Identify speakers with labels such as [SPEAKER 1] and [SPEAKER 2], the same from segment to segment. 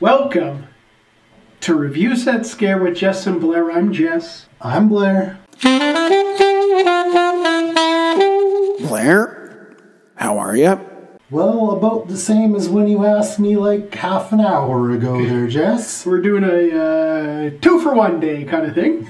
[SPEAKER 1] Welcome to Reviews That Scare with Jess and Blair. I'm Jess.
[SPEAKER 2] I'm Blair.
[SPEAKER 3] Blair, how are you?
[SPEAKER 2] Well, about the same as when you asked me like half an hour ago there, Jess.
[SPEAKER 1] We're doing a uh, two for one day kind of thing.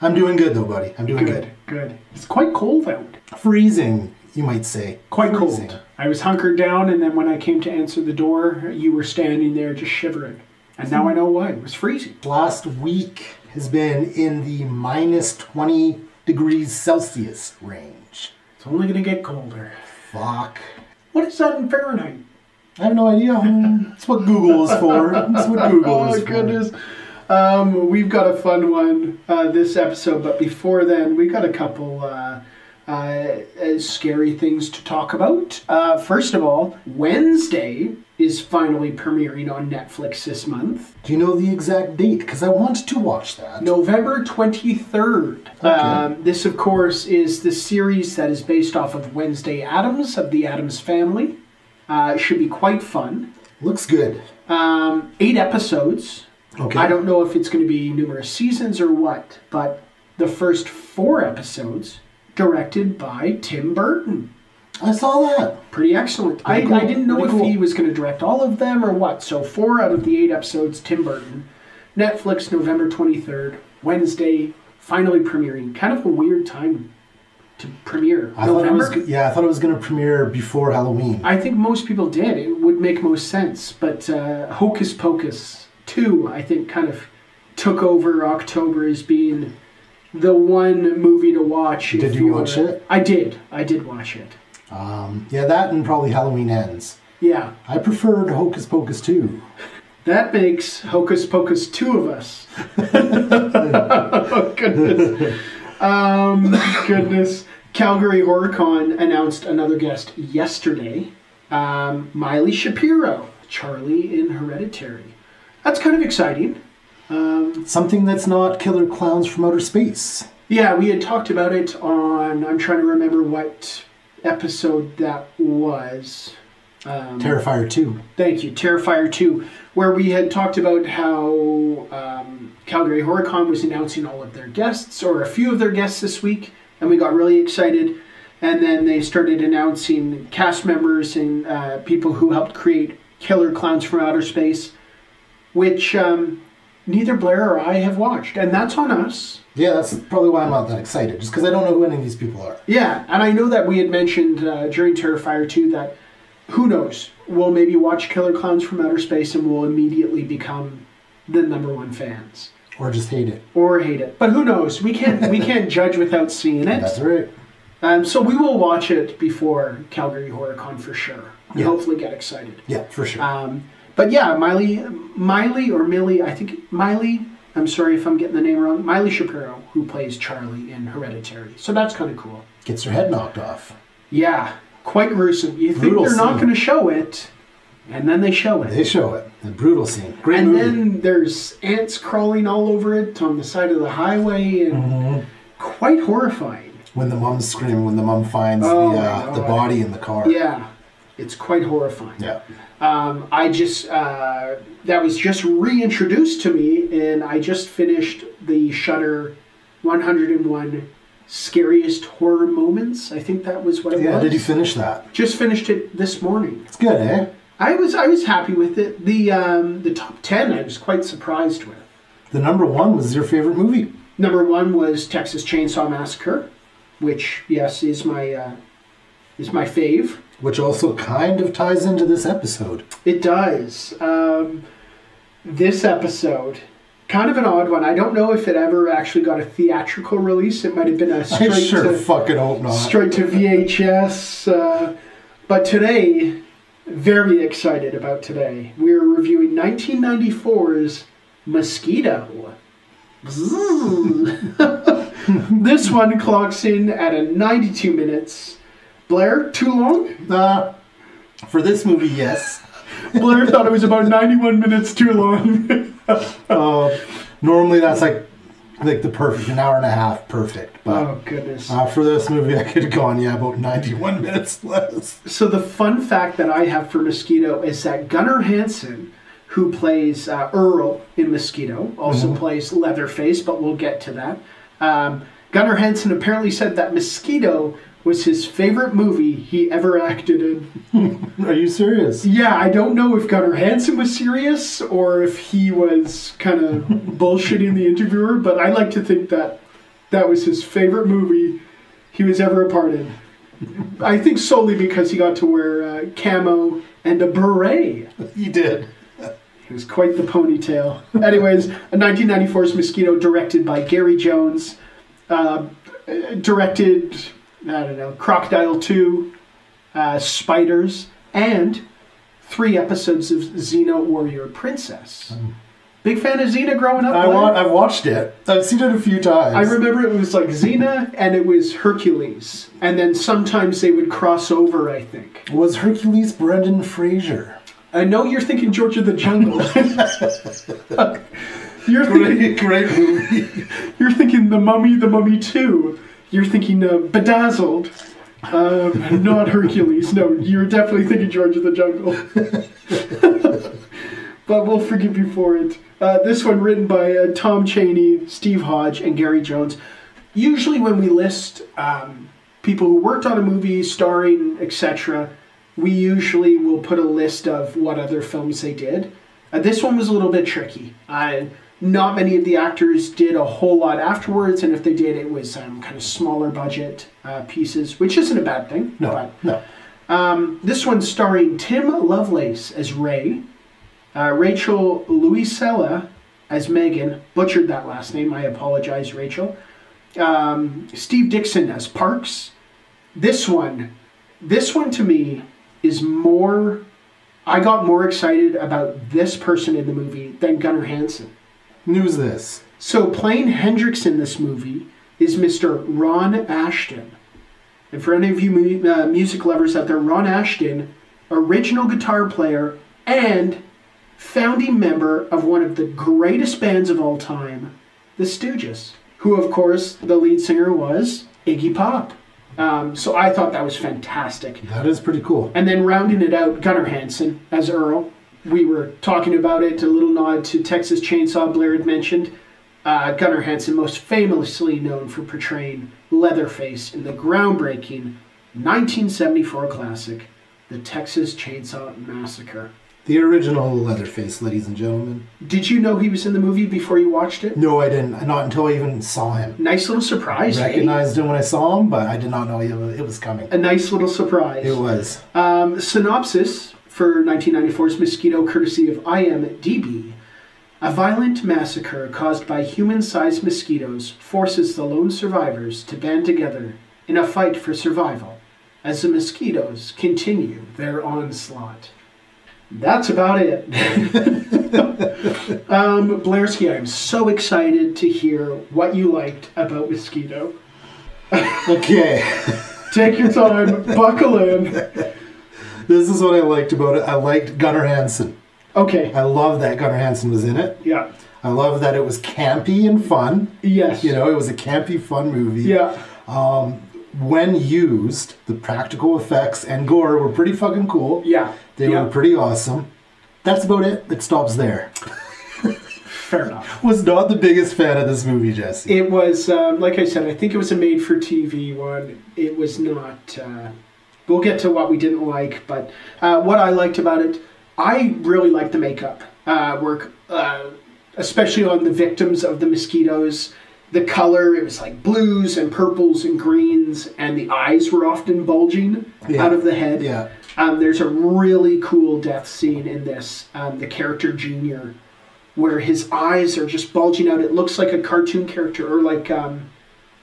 [SPEAKER 2] I'm doing good though, buddy. I'm doing good.
[SPEAKER 1] Good, good. It's quite cold out.
[SPEAKER 2] Freezing, you might say.
[SPEAKER 1] Quite
[SPEAKER 2] Freezing.
[SPEAKER 1] cold. I was hunkered down, and then when I came to answer the door, you were standing there just shivering. And
[SPEAKER 2] Hmm.
[SPEAKER 1] now I know why. It was freezing.
[SPEAKER 2] Last week has been in the minus 20 degrees Celsius range.
[SPEAKER 1] It's only going to get colder.
[SPEAKER 2] Fuck.
[SPEAKER 1] What is that in Fahrenheit?
[SPEAKER 2] I have no idea. That's what Google is for. That's what Google
[SPEAKER 1] Oh
[SPEAKER 2] is
[SPEAKER 1] goodness. Um, we've got a fun one uh, this episode, but before then, we got a couple uh, uh, uh, scary things to talk about. Uh, first of all, Wednesday is finally premiering on Netflix this month,
[SPEAKER 2] for. Do you know the exact date? Because I want to watch that.
[SPEAKER 1] November 23rd. Um, this, of course, is the series that is based off of Wednesday Adams of the Adams family. Uh, it should be quite fun.
[SPEAKER 2] Looks good.
[SPEAKER 1] Um, eight episodes.
[SPEAKER 2] Okay.
[SPEAKER 1] I don't know if it's going to be numerous seasons or what, but the first four episodes directed by Tim Burton.
[SPEAKER 2] I saw that.
[SPEAKER 1] Pretty excellent. I,
[SPEAKER 2] Pretty
[SPEAKER 1] I
[SPEAKER 2] cool.
[SPEAKER 1] didn't know
[SPEAKER 2] Pretty
[SPEAKER 1] if
[SPEAKER 2] cool.
[SPEAKER 1] he was going to direct all of them or what. So, four out of the eight episodes, Tim Burton. Netflix, November 23rd, Wednesday, finally premiering. Kind of a weird time to premiere.
[SPEAKER 2] I thought it
[SPEAKER 1] November?
[SPEAKER 2] was. g- Yeah, I thought it was gonna premiere before Halloween.
[SPEAKER 1] I think most people did. It would make most sense. But uh, Hocus Pocus 2, I think, kind of took over October as being the one movie to watch.
[SPEAKER 2] Did
[SPEAKER 1] if
[SPEAKER 2] you
[SPEAKER 1] were-
[SPEAKER 2] watch it?
[SPEAKER 1] I did. I did watch it.
[SPEAKER 2] Um, yeah, that and probably Halloween ends.
[SPEAKER 1] Yeah.
[SPEAKER 2] I preferred Hocus Pocus 2.
[SPEAKER 1] That makes Hocus Pocus 2 of us. oh, goodness. Um, goodness. Calgary HorrorCon announced another guest yesterday. Um, Miley Shapiro, Charlie in Hereditary. That's kind of exciting.
[SPEAKER 2] Something that's not Killer Clowns from Outer Space.
[SPEAKER 1] Yeah, we had talked about it on. I'm trying to remember what episode that was.
[SPEAKER 2] Um, Terrifier 2.
[SPEAKER 1] Thank you, Terrifier 2, where we had talked about how um, Calgary HorrorCon was announcing all of their guests, or a few of their guests this week, and we got really excited. And then they started announcing cast members and uh, people who helped create Killer Clowns from Outer Space, which um, neither Blair or I have watched, and that's on us.
[SPEAKER 2] Yeah, that's probably why I'm not that excited, just because I don't know who any of these people are.
[SPEAKER 1] Yeah, and I know that we had mentioned uh, during Terrifier 2 that who knows, we'll maybe watch Killer Clowns from Outer Space and we'll immediately become the number one fans
[SPEAKER 2] Or just hate it.
[SPEAKER 1] or hate it. But who knows? We can't we can't judge without seeing
[SPEAKER 2] That's
[SPEAKER 1] it.
[SPEAKER 2] right.
[SPEAKER 1] Um, so we will watch it before Calgary HorrorCon for sure. And
[SPEAKER 2] Yeah.
[SPEAKER 1] hopefully get excited.
[SPEAKER 2] Yeah, for sure.
[SPEAKER 1] Um, but yeah, Miley, Miley or Millie, I think Miley. I'm sorry if I'm getting the name wrong. Miley Shapiro, who plays Charlie in Hereditary. So that's kind of cool.
[SPEAKER 2] Gets their head knocked off.
[SPEAKER 1] Yeah, quite gruesome. You think
[SPEAKER 2] Brutal
[SPEAKER 1] they're not
[SPEAKER 2] scene.
[SPEAKER 1] going to show it, and then they show
[SPEAKER 2] They
[SPEAKER 1] it.
[SPEAKER 2] show it. The brutal scene. Great
[SPEAKER 1] And
[SPEAKER 2] movie.
[SPEAKER 1] then there's ants crawling all over it on the side of the highway, and
[SPEAKER 2] Mm-hmm.
[SPEAKER 1] quite horrifying.
[SPEAKER 2] when the mum scream, when the mum finds
[SPEAKER 1] Oh
[SPEAKER 2] the,
[SPEAKER 1] my
[SPEAKER 2] uh, the
[SPEAKER 1] God.
[SPEAKER 2] body in the car.
[SPEAKER 1] Yeah, it's quite horrifying.
[SPEAKER 2] Yeah.
[SPEAKER 1] Um, I just uh, that was just reintroduced to me, and I just finished the Shutter 101 scariest horror moments. I think that was what it
[SPEAKER 2] Yeah,
[SPEAKER 1] was.
[SPEAKER 2] did you finish that?
[SPEAKER 1] just finished it this morning.
[SPEAKER 2] It's good, eh?
[SPEAKER 1] I was I was happy with it. The um, the top ten I was quite surprised with.
[SPEAKER 2] The number one was your favorite movie.
[SPEAKER 1] Number one was Texas Chainsaw Massacre, which yes is my uh, is my fave.
[SPEAKER 2] Which also kind of ties into this episode.
[SPEAKER 1] It does. Um, this episode, kind of an odd one. I don't know if it ever actually got a theatrical release. It might have been a
[SPEAKER 2] I
[SPEAKER 1] straight
[SPEAKER 2] sure
[SPEAKER 1] to
[SPEAKER 2] fucking hope not.
[SPEAKER 1] straight to VHS. Uh, but today, very excited about today. We're reviewing 1994's Mosquito. Bzzz. this one clocks in at a 92 minutes. Blair, too long?
[SPEAKER 2] Uh, for this movie, yes.
[SPEAKER 1] Blair thought it was about 91 minutes too long.
[SPEAKER 2] Uh, normally that's like like the perfect, an hour and a half perfect. But
[SPEAKER 1] Oh goodness.
[SPEAKER 2] uh, for this movie, I could have gone, yeah, about 91 minutes less.
[SPEAKER 1] So the fun fact that I have for Mosquito is that Gunnar Hansen, who plays uh, Earl in Mosquito, also plays Leatherface, but we'll get to that. Um, Gunnar Hansen apparently said that Mosquito was his favorite movie he ever acted in.
[SPEAKER 2] Are you serious?
[SPEAKER 1] Yeah, I don't know if Gunnar Hansen was serious or if he was kind of bullshitting the interviewer, but I like to think that that was his favorite movie he was ever a part in. I think solely because he got to wear uh, camo and a beret.
[SPEAKER 2] He did.
[SPEAKER 1] It was quite the ponytail. Anyways, a 1994's Mosquito, directed by Gary Jones, uh, directed, I don't know, Crocodile 2, uh, Spiders, and three episodes of Xena Warrior Princess. Big fan of Xena growing up.
[SPEAKER 2] I
[SPEAKER 1] Blaine?
[SPEAKER 2] wa- I've watched it. I've seen it a few times.
[SPEAKER 1] I remember it was like Xena and it was Hercules. And then sometimes they would cross over, I think.
[SPEAKER 2] Was Hercules Brendan Fraser?
[SPEAKER 1] I know you're thinking George of the Jungle. you're thinking
[SPEAKER 2] Great, great movie.
[SPEAKER 1] You're thinking The Mummy, The Mummy 2. You're thinking uh, Bedazzled. Um, not Hercules. No, you're definitely thinking George of the Jungle. but we'll forgive you for it. Uh, this one written by uh, Tom Cheney, Steve Hodge, and Gary Jones. Usually, when we list um, people who worked on a movie, starring, etc., we usually will put a list of what other films they did. Uh, this one was a little bit tricky. I, not many of the actors did a whole lot afterwards, and if they did, it was um, kind of smaller budget uh, pieces, which isn't a bad thing.
[SPEAKER 2] No,
[SPEAKER 1] but-
[SPEAKER 2] no.
[SPEAKER 1] this one's starring Tim Lovelace as Ray, uh, Rachel Luisella as Megan. Butchered that last name. I apologize, Rachel. Um, Steve Dixon as Parks. This one, this one to me is more. I got more excited about this person in the movie than Gunnar Hansen.
[SPEAKER 2] News this.
[SPEAKER 1] So playing Hendrix in this movie is Mr. Ron Ashton. And for any of you mu- uh, music lovers out there, Ron Ashton, original guitar player and founding member of one of the greatest bands of all time, the Stooges, who, of course, the lead singer was Iggy Pop. Um, so I thought that was fantastic.
[SPEAKER 2] That is pretty cool.
[SPEAKER 1] And then rounding it out, Gunnar Hansen as Earl. We were talking about it, a little nod to Texas Chainsaw Blair had mentioned. Uh, Gunnar Hansen, most famously known for portraying Leatherface in the groundbreaking 1974 classic, The Texas Chainsaw Massacre.
[SPEAKER 2] The original Leatherface, ladies and gentlemen.
[SPEAKER 1] Did you know he was in the movie before you watched it?
[SPEAKER 2] No, I didn't. Not until I even saw him.
[SPEAKER 1] Nice little surprise. eh?
[SPEAKER 2] Recognized him when I saw him, but I did not know he was, it was coming.
[SPEAKER 1] A nice little surprise.
[SPEAKER 2] It was.
[SPEAKER 1] Um, synopsis for 1994's Mosquito, courtesy of IMDb. A violent massacre caused by human sized mosquitoes forces the lone survivors to band together in a fight for survival as the mosquitoes continue their onslaught. That's about it. um, Blairsky, I'm so excited to hear what you liked about Mosquito.
[SPEAKER 2] Okay.
[SPEAKER 1] Take your time, buckle in.
[SPEAKER 2] This is what I liked about it. I liked Gunnar Hansen.
[SPEAKER 1] Okay,
[SPEAKER 2] I love that Gunnar Hansen was in it.
[SPEAKER 1] yeah.
[SPEAKER 2] I love that it was campy and fun.
[SPEAKER 1] Yes.
[SPEAKER 2] You know, it was a campy, fun movie.
[SPEAKER 1] Yeah.
[SPEAKER 2] When used, the practical effects and gore were pretty fucking cool.
[SPEAKER 1] Yeah.
[SPEAKER 2] They
[SPEAKER 1] yeah.
[SPEAKER 2] were pretty awesome. That's about it. It stops there.
[SPEAKER 1] fair enough.
[SPEAKER 2] Was not the biggest fan of this movie, Jesse.
[SPEAKER 1] It was um, like I said. I think it was a made-for-TV one. It was not. Uh, we'll get to what we didn't like, but uh, what I liked about it, I really liked the makeup uh, work, uh, especially on the victims of the mosquitoes. The color, it was like blues and purples and greens, and the eyes were often bulging
[SPEAKER 2] Yeah.
[SPEAKER 1] out of the head.
[SPEAKER 2] Yeah.
[SPEAKER 1] Um, there's a really cool death scene in this. Um, the character Junior, where his eyes are just bulging out. It looks like a cartoon character or like um,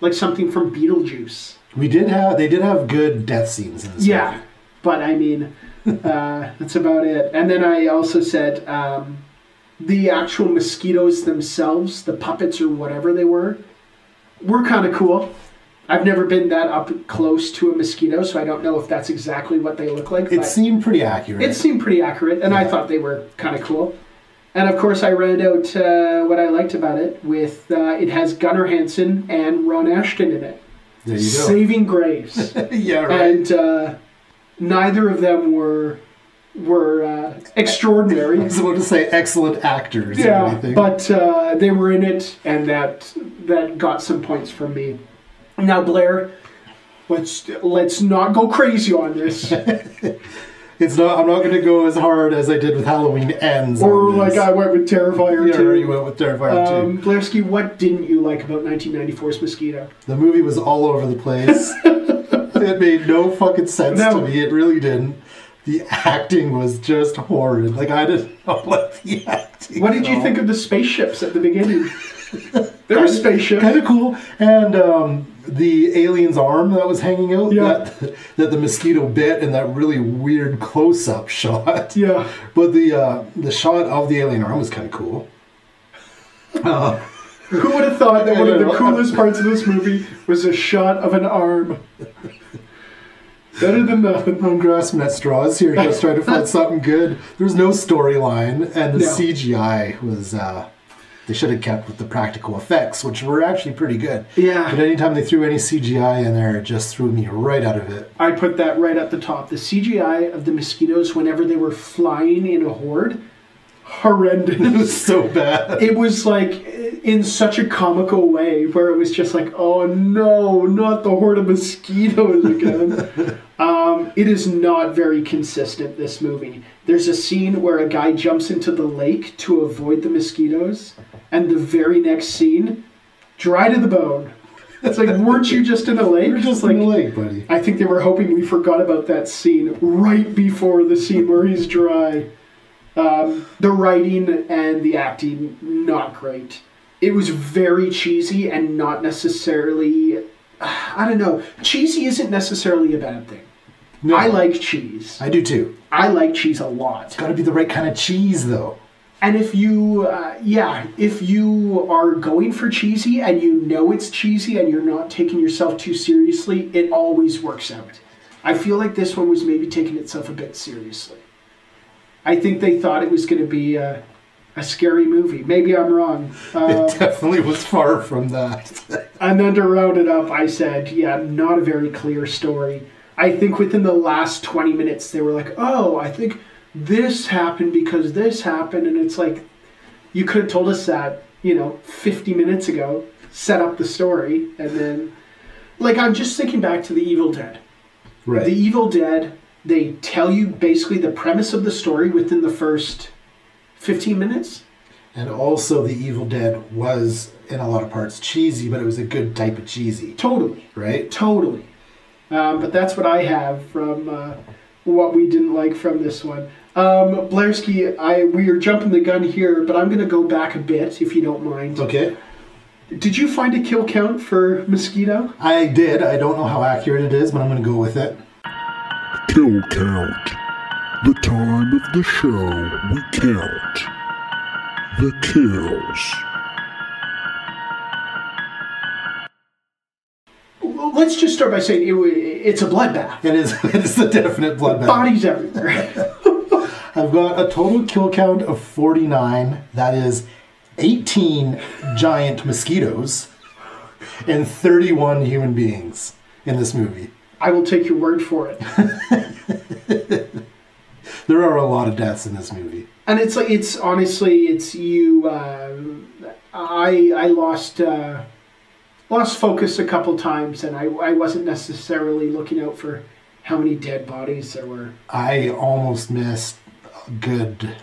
[SPEAKER 1] like something from Beetlejuice.
[SPEAKER 2] We did have they did have good death scenes in this
[SPEAKER 1] Yeah, but I mean, uh, that's about it. And then I also said um, the actual mosquitoes themselves, the puppets or whatever they were, were kind of cool. I've never been that up close to a mosquito, so I don't know if that's exactly what they look like.
[SPEAKER 2] movie. It
[SPEAKER 1] but-
[SPEAKER 2] seemed pretty accurate.
[SPEAKER 1] it seemed pretty accurate, and I thought they were kind of cool. And of course, I read out uh, what I liked about it. With uh, it has Gunnar Hansen and Ron Ashton in it,
[SPEAKER 2] There you go.
[SPEAKER 1] Saving Grace,
[SPEAKER 2] yeah, right.
[SPEAKER 1] and uh, neither of them were were uh,
[SPEAKER 2] I
[SPEAKER 1] extraordinary.
[SPEAKER 2] was about to say excellent actors or
[SPEAKER 1] yeah,
[SPEAKER 2] anything.
[SPEAKER 1] but uh, they were in it, and that that got some points from me. Now, Blair, let's let's not go crazy on this.
[SPEAKER 2] it's not. I'm not going to go as hard as I did with Halloween Ends.
[SPEAKER 1] or
[SPEAKER 2] on
[SPEAKER 1] like
[SPEAKER 2] this.
[SPEAKER 1] I went with Terrifier
[SPEAKER 2] Yeah,
[SPEAKER 1] too.
[SPEAKER 2] you went with Terrifier too.
[SPEAKER 1] Um, Blairski, what didn't you like about 1994's Mosquito?
[SPEAKER 2] The movie was all over the place. it made no fucking sense
[SPEAKER 1] No.
[SPEAKER 2] to me. It really didn't. The acting was just horrid. Like I didn't know what the acting.
[SPEAKER 1] What did you think of the spaceships at the beginning? there were spaceships.
[SPEAKER 2] Kind of cool. And um, the alien's arm that was hanging out.
[SPEAKER 1] Yeah.
[SPEAKER 2] That, that the mosquito bit and that really weird close-up shot.
[SPEAKER 1] Yeah.
[SPEAKER 2] But the uh, the shot of the alien arm was kind of cool.
[SPEAKER 1] Who would have thought that one of
[SPEAKER 2] I
[SPEAKER 1] the
[SPEAKER 2] know.
[SPEAKER 1] coolest parts of this movie was a shot of an arm? Better than nothing.
[SPEAKER 2] I'm grasping at straws here, just trying to find something good. There's no storyline, and the
[SPEAKER 1] No.
[SPEAKER 2] CGI was. Uh, they should have kept with the practical effects, which were actually pretty good.
[SPEAKER 1] Yeah.
[SPEAKER 2] But anytime they threw any CGI in there, it just threw me right out of it.
[SPEAKER 1] I put that right at the top. The CGI of the mosquitoes whenever they were flying in a horde,
[SPEAKER 2] It
[SPEAKER 1] horrendous.
[SPEAKER 2] was so bad.
[SPEAKER 1] it was like in such a comical way where it was just like, oh no, not the horde of mosquitoes again. um, it is not very consistent, this movie. There's a scene where a guy jumps into the lake to avoid the mosquitoes, and the very next scene, dry to the bone. It's like, weren't you just in a lake?
[SPEAKER 2] You're just
[SPEAKER 1] like,
[SPEAKER 2] like in the lake, buddy.
[SPEAKER 1] I think they were hoping we forgot about that scene right before the scene where he's dry. Um, the writing and the acting, not great. It was very cheesy and not necessarily. uh, I don't know. Cheesy isn't necessarily a bad thing.
[SPEAKER 2] No,
[SPEAKER 1] I like cheese.
[SPEAKER 2] I do too.
[SPEAKER 1] I like cheese a lot.
[SPEAKER 2] Got to be the right kind of cheese, though.
[SPEAKER 1] And if you, uh, yeah, if you are going for cheesy and you know it's cheesy and you're not taking yourself too seriously, it always works out. I feel like this one was maybe taking itself a bit seriously. I think they thought it was going to be a, a scary movie. Maybe I'm wrong. Uh,
[SPEAKER 2] it definitely was far from that.
[SPEAKER 1] and then to round it up, I said, yeah, not a very clear story. I think within the last 20 minutes, they were like, oh, I think this happened because this happened. And it's like, you could have told us that, you know, 50 minutes ago, set up the story, and then. Like, I'm just thinking back to The Evil Dead.
[SPEAKER 2] right.
[SPEAKER 1] The Evil Dead, they tell you basically the premise of the story within the first 15 minutes.
[SPEAKER 2] And also, The Evil Dead was, in a lot of parts, cheesy, but it was a good type of cheesy,
[SPEAKER 1] Totally.
[SPEAKER 2] right?
[SPEAKER 1] Totally. Um, but that's what I have from uh, what we didn't like from this one. Um, Blairski, I we are jumping the gun here, but I'm going to go back a bit if you don't mind.
[SPEAKER 2] Okay.
[SPEAKER 1] Did you find a kill count for mosquito?
[SPEAKER 2] I did. I don't know how accurate it is, but I'm going to go with it.
[SPEAKER 3] Kill count. The time of the show we count. The kills.
[SPEAKER 1] L- Let's just start by saying it, wa- it's a bloodbath.
[SPEAKER 2] It is. It is a definite bloodbath.
[SPEAKER 1] Bodies everywhere.
[SPEAKER 2] I've got a total kill count of 49. That is 18 giant mosquitoes and 31 human beings in this movie.
[SPEAKER 1] I will take your word for it.
[SPEAKER 2] There are a lot of deaths in this movie.
[SPEAKER 1] And it's like it's honestly it's you. Uh, I I lost uh, lost focus a couple times, and I I wasn't necessarily looking out for how many dead bodies there were.
[SPEAKER 2] I almost missed a good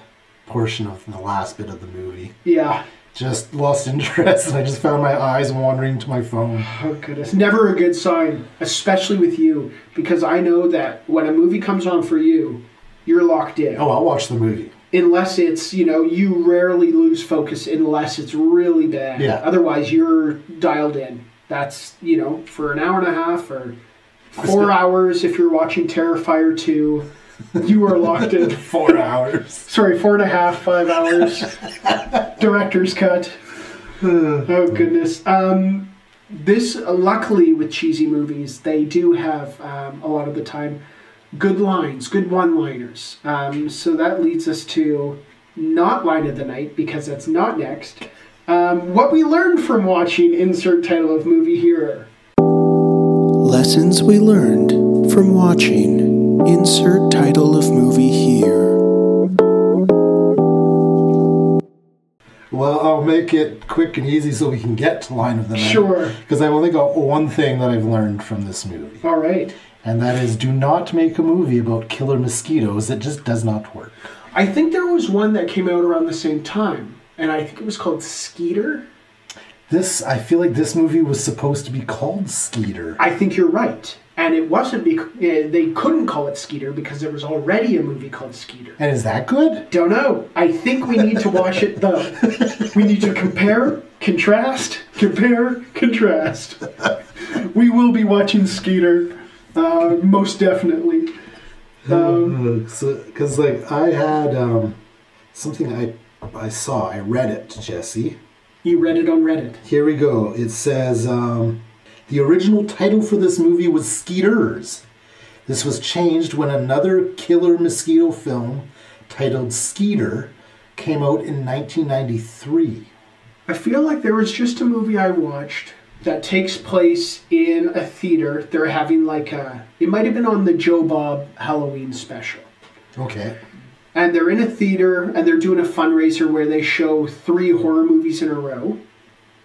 [SPEAKER 2] portion of the last bit of the movie.
[SPEAKER 1] Yeah.
[SPEAKER 2] Just lost interest, and I just found my eyes wandering to my phone.
[SPEAKER 1] Oh goodness. Never a good sign, especially with you, because I know that when a movie comes on for you, you're locked in.
[SPEAKER 2] Oh, I'll watch the movie.
[SPEAKER 1] Unless it's you know you rarely lose focus unless it's really bad.
[SPEAKER 2] Yeah.
[SPEAKER 1] Otherwise, you're dialed in. That's you know for an hour and a half or four hours if you're watching Terrifier two. You are locked in.
[SPEAKER 2] Four hours.
[SPEAKER 1] Sorry, four and a half, five hours. Director's cut. Oh goodness. Um, this luckily with cheesy movies, they do have um, a lot of the time good lines, good one-liners. Um, so that leads us to not Light of the Night because that's not next. Um, what we learned from watching insert title of movie here.
[SPEAKER 4] Lessons we learned from watching. Insert title of movie here.
[SPEAKER 2] Well, I'll make it quick and easy so we can get to line of the night.
[SPEAKER 1] Sure.
[SPEAKER 2] Because I've only got one thing that I've learned from this movie,
[SPEAKER 1] All right.
[SPEAKER 2] and that is do not make a movie about killer mosquitoes. It just does not work.
[SPEAKER 1] I think there was one that came out around the same time, and I think it was called Skeeter.
[SPEAKER 2] This, I feel like this movie was supposed to be called Skeeter.
[SPEAKER 1] I think you're right. And it wasn't because they couldn't call it Skeeter because there was already a movie called Skeeter.
[SPEAKER 2] And is that good?
[SPEAKER 1] Don't know. I think we need to watch it though. We need to compare, contrast, compare, contrast. We will be watching Skeeter, uh, most definitely. Um,
[SPEAKER 2] Because like I had um, something I I saw I read it Jesse.
[SPEAKER 1] You read it on Reddit.
[SPEAKER 2] Here we go. It says um, the original title for this movie was Skeeters. This was changed when another killer mosquito film titled Skeeter came out in 1993.
[SPEAKER 1] I feel like there was just a movie I watched that takes place in a theater. They're having like a. It might have been on the Joe Bob Halloween special.
[SPEAKER 2] Okay.
[SPEAKER 1] and they're in a theater and they're doing a fundraiser where they show three horror movies in a row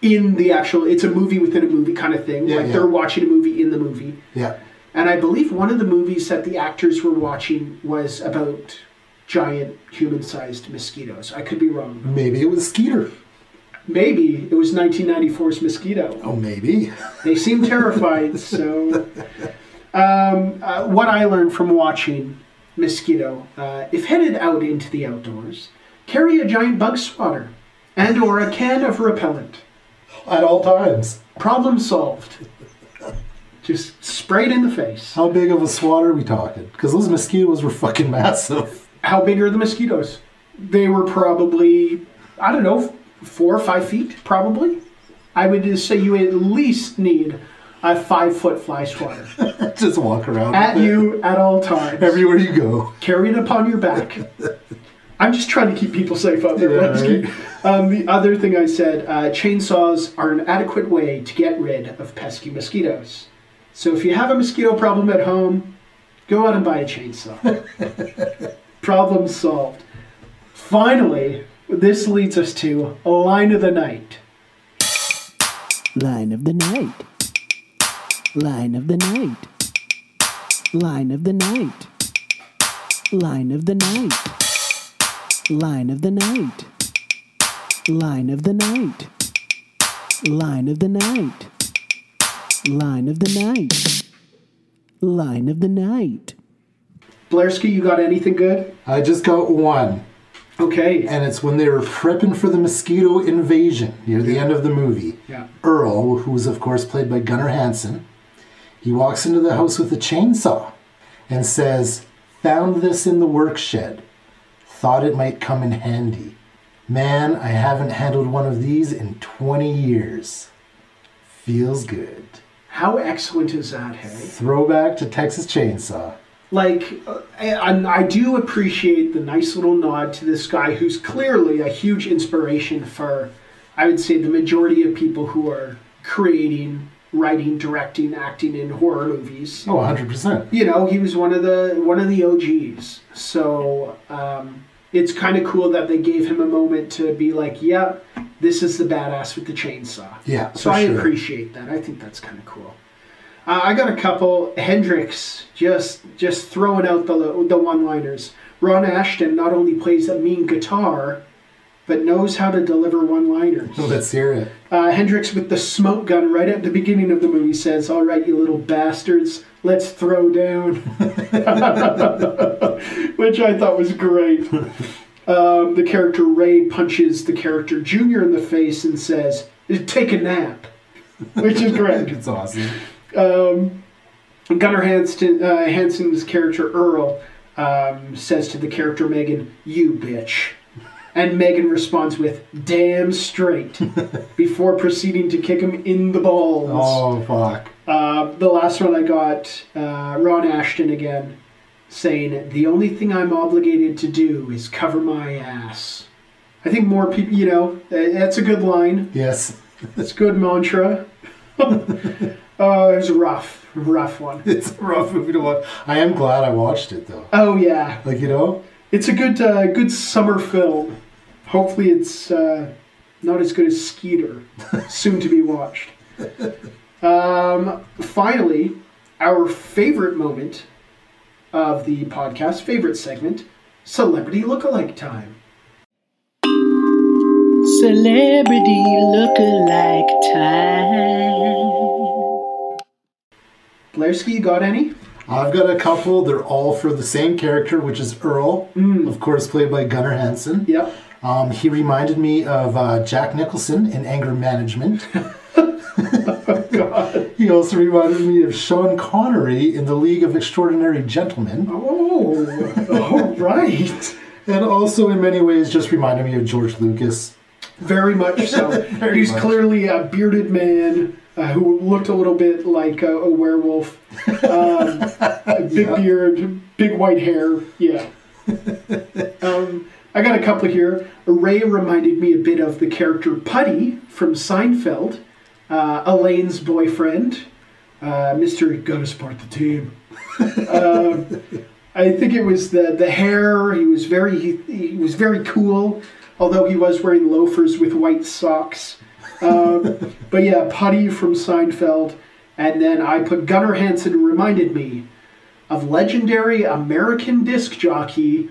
[SPEAKER 1] in the actual it's a movie within a movie kind of thing
[SPEAKER 2] Yeah,
[SPEAKER 1] like
[SPEAKER 2] yeah.
[SPEAKER 1] they're watching a movie in the movie
[SPEAKER 2] Yeah.
[SPEAKER 1] and i believe one of the movies that the actors were watching was about giant human-sized mosquitoes i could be wrong
[SPEAKER 2] Maybe it was Skeeter.
[SPEAKER 1] maybe it was 1994's mosquito
[SPEAKER 2] Oh, maybe.
[SPEAKER 1] they seem terrified so um, uh, what i learned from watching mosquito uh, if headed out into the outdoors carry a giant bug swatter and or a can of repellent
[SPEAKER 2] At all times.
[SPEAKER 1] problem solved just spray it in the face
[SPEAKER 2] How big of a swat are we talking? Because those mosquitoes were fucking massive.
[SPEAKER 1] how big are the mosquitoes they were probably i don't know f- four or five feet probably i would just say you at least need a five foot fly swatter
[SPEAKER 2] Just walk around
[SPEAKER 1] at
[SPEAKER 2] with it
[SPEAKER 1] you at all times
[SPEAKER 2] everywhere you go.
[SPEAKER 1] carry it upon your back. I'm just trying to keep people safe out there.
[SPEAKER 2] Yeah,
[SPEAKER 1] Let's keep- um, the other thing I said uh, chainsaws are an adequate way to get rid of pesky mosquitoes. So if you have a mosquito problem at home, go out and buy a chainsaw. problem solved. Finally, this leads us to a line of the night.
[SPEAKER 5] Line of the night. Line of the night. Line of the night. Line of the night. Line of the night. Line of the night. Line of the night. Line of the night. Line of the night.
[SPEAKER 1] Blairski, you got anything good?
[SPEAKER 2] I just got one.
[SPEAKER 1] Okay.
[SPEAKER 2] and it's when they were prepping for the mosquito invasion near the end of the movie.
[SPEAKER 1] Yeah.
[SPEAKER 2] Earl, who's of course played by Gunnar Hansen, he walks into the house with a chainsaw and says, "Found this in the work shed. Thought it might come in handy. Man, I haven't handled one of these in 20 years. Feels good."
[SPEAKER 1] How excellent is that, hey?
[SPEAKER 2] Throwback to Texas Chainsaw.
[SPEAKER 1] like uh, I, I do appreciate the nice little nod to this guy who's clearly a huge inspiration for i would say the majority of people who are creating writing directing acting in horror movies
[SPEAKER 2] Oh, 100%.
[SPEAKER 1] you know he was one of the one of the og's so um, it's kind of cool that they gave him a moment to be like yeah this is the badass with the chainsaw
[SPEAKER 2] Yeah,
[SPEAKER 1] so
[SPEAKER 2] for
[SPEAKER 1] i
[SPEAKER 2] sure.
[SPEAKER 1] appreciate that i think that's kind of cool uh, i got a couple hendrix just just throwing out the lo- the one liners ron ashton not only plays a mean guitar but knows how to deliver one liners
[SPEAKER 2] Let's hear it.
[SPEAKER 1] uh, Hendrix with the smoke gun right at the beginning of the movie says, All right, you little bastards, let's throw down. Which I thought was great. Um, the character Ray punches the character Junior in the face and says, Take a nap. Which is great.
[SPEAKER 2] It's awesome.
[SPEAKER 1] Gunnar Hansen, uh, Hansen's character Earl um, says to the character Megan, "You bitch," and Megan responds with "Damn straight," before proceeding to kick him in the balls.
[SPEAKER 2] Oh, fuck.
[SPEAKER 1] Uh, the last one I got, uh, Ron Ashton again saying, The only thing I'm obligated to do is cover my ass. I think more people, you know, tha- that's a good line.
[SPEAKER 2] Yes.
[SPEAKER 1] That's a good mantra. Oh, it was a rough, rough one.
[SPEAKER 2] It's a rough movie to watch. I am glad I watched it though.
[SPEAKER 1] Oh, yeah.
[SPEAKER 2] Like you know,
[SPEAKER 1] It's a good, uh, good summer film. Hopefully, it's uh, not as good as Skeeter, soon to be watched. Um, finally, our favorite moment of the podcast, favorite segment, celebrity lookalike time.
[SPEAKER 5] Celebrity lookalike time.
[SPEAKER 1] Blairski, you got any?
[SPEAKER 2] I've got a couple. They're all for the same character, which is Earl,
[SPEAKER 1] Mm.
[SPEAKER 2] of course, played by Gunnar Hansen.
[SPEAKER 1] Yep.
[SPEAKER 2] Um, he reminded me of uh, Jack Nicholson in Anger Management.
[SPEAKER 1] Oh,
[SPEAKER 2] He also reminded me of Sean Connery in The League of Extraordinary Gentlemen,
[SPEAKER 1] Oh, all right.
[SPEAKER 2] and also in many ways just reminded me of George Lucas.
[SPEAKER 1] Very much so. He's
[SPEAKER 2] much.
[SPEAKER 1] clearly a bearded man uh, who looked a little bit like a, a werewolf. Um, a big beard, big white hair. Yeah. Um, I got a couple here. Ray reminded me a bit of the character Putty from Seinfeld, uh, Elaine's boyfriend, uh, Mr. Gotta Sport the Team. I think it was the the hair. He was very he, he was very cool, although he was wearing loafers with white socks. Um, but yeah, Putty from Seinfeld, and then I put Gunnar Hansen reminded me of legendary American disc jockey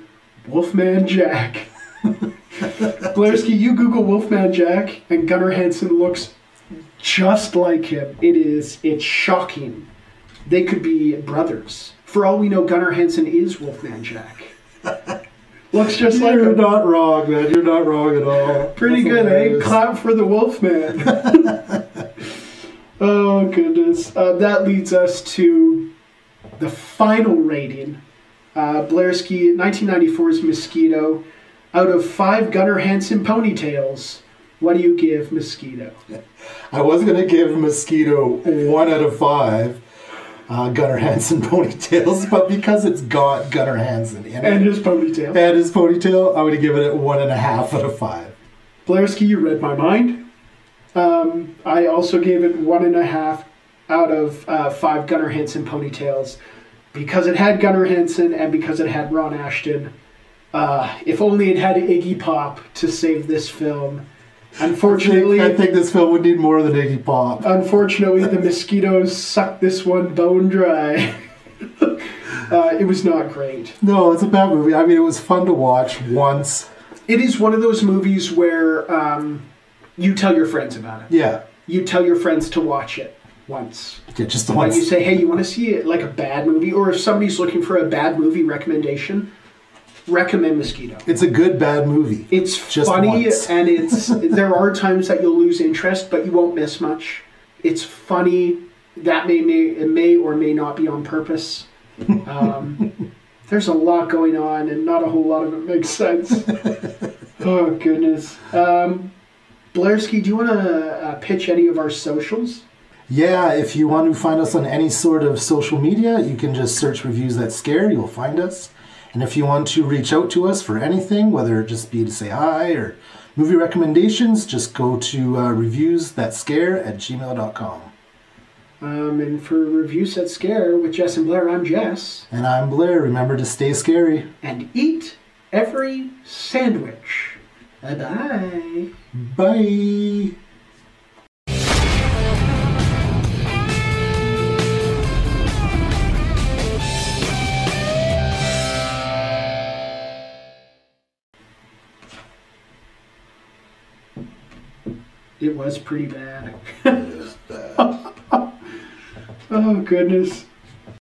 [SPEAKER 1] Wolfman Jack. Blairski, you Google Wolfman Jack, and Gunnar Hansen looks just like him. It is it's shocking they could be brothers. For all we know, Gunnar Hansen is Wolfman Jack. Looks just like
[SPEAKER 2] You're
[SPEAKER 1] him.
[SPEAKER 2] not wrong, man. You're not wrong at all.
[SPEAKER 1] Pretty
[SPEAKER 2] That's
[SPEAKER 1] good, eh?
[SPEAKER 2] hilarious.
[SPEAKER 1] Clap for the Wolfman. oh, goodness. Uh, that leads us to the final rating. Uh, Blairski, 1994's Mosquito. Out of five Gunnar Hansen ponytails, what do you give Mosquito?
[SPEAKER 2] I was gonna give Mosquito one out of five uh, Gunnar Hansen ponytails, but because it's got Gunnar Hansen in it
[SPEAKER 1] And his ponytail.
[SPEAKER 2] and his ponytail, I would give it one and a half out of five.
[SPEAKER 1] Blairski, you read my mind. Um, I also gave it one and a half out of uh, five Gunnar Hansen ponytails because it had Gunnar Hansen and because it had Ron Ashton. Uh, if only it had Iggy Pop to save this film. Unfortunately,
[SPEAKER 2] I think this film would need more than Iggy Pop.
[SPEAKER 1] unfortunately, the mosquitoes sucked this one bone dry. uh, it was not great.
[SPEAKER 2] No, it's a bad movie. I mean, it was fun to watch once.
[SPEAKER 1] It is one of those movies where um, you tell your friends about it.
[SPEAKER 2] Yeah,
[SPEAKER 1] you tell your friends to watch it once.
[SPEAKER 2] yeah, just
[SPEAKER 1] When
[SPEAKER 2] once.
[SPEAKER 1] you say, hey, you want to see it like a bad movie, or if somebody's looking for a bad movie recommendation, recommend Mosquito.
[SPEAKER 2] it's a good bad movie.
[SPEAKER 1] It's
[SPEAKER 2] Just
[SPEAKER 1] funny
[SPEAKER 2] once.
[SPEAKER 1] and it's there are times that you'll lose interest, but you won't miss much. It's funny. That may may it may or may not be on purpose. Um, there's a lot going on, and not a whole lot of it makes sense. oh goodness, um, Blairski, do you want to uh, pitch any of our socials?
[SPEAKER 2] Yeah, if you want to find us on any sort of social media, you can just search reviews that scare, you'll find us. And if you want to reach out to us for anything, whether it just be to say hi or movie recommendations, just go to uh, reviews that scare at gmail.com.
[SPEAKER 1] Um, and for reviews at Scare with Jess and Blair, I'm Jess,
[SPEAKER 2] And I'm Blair. Remember to stay scary.
[SPEAKER 1] and eat every sandwich. Bye bye.
[SPEAKER 2] Bye.
[SPEAKER 1] It was pretty bad. oh goodness.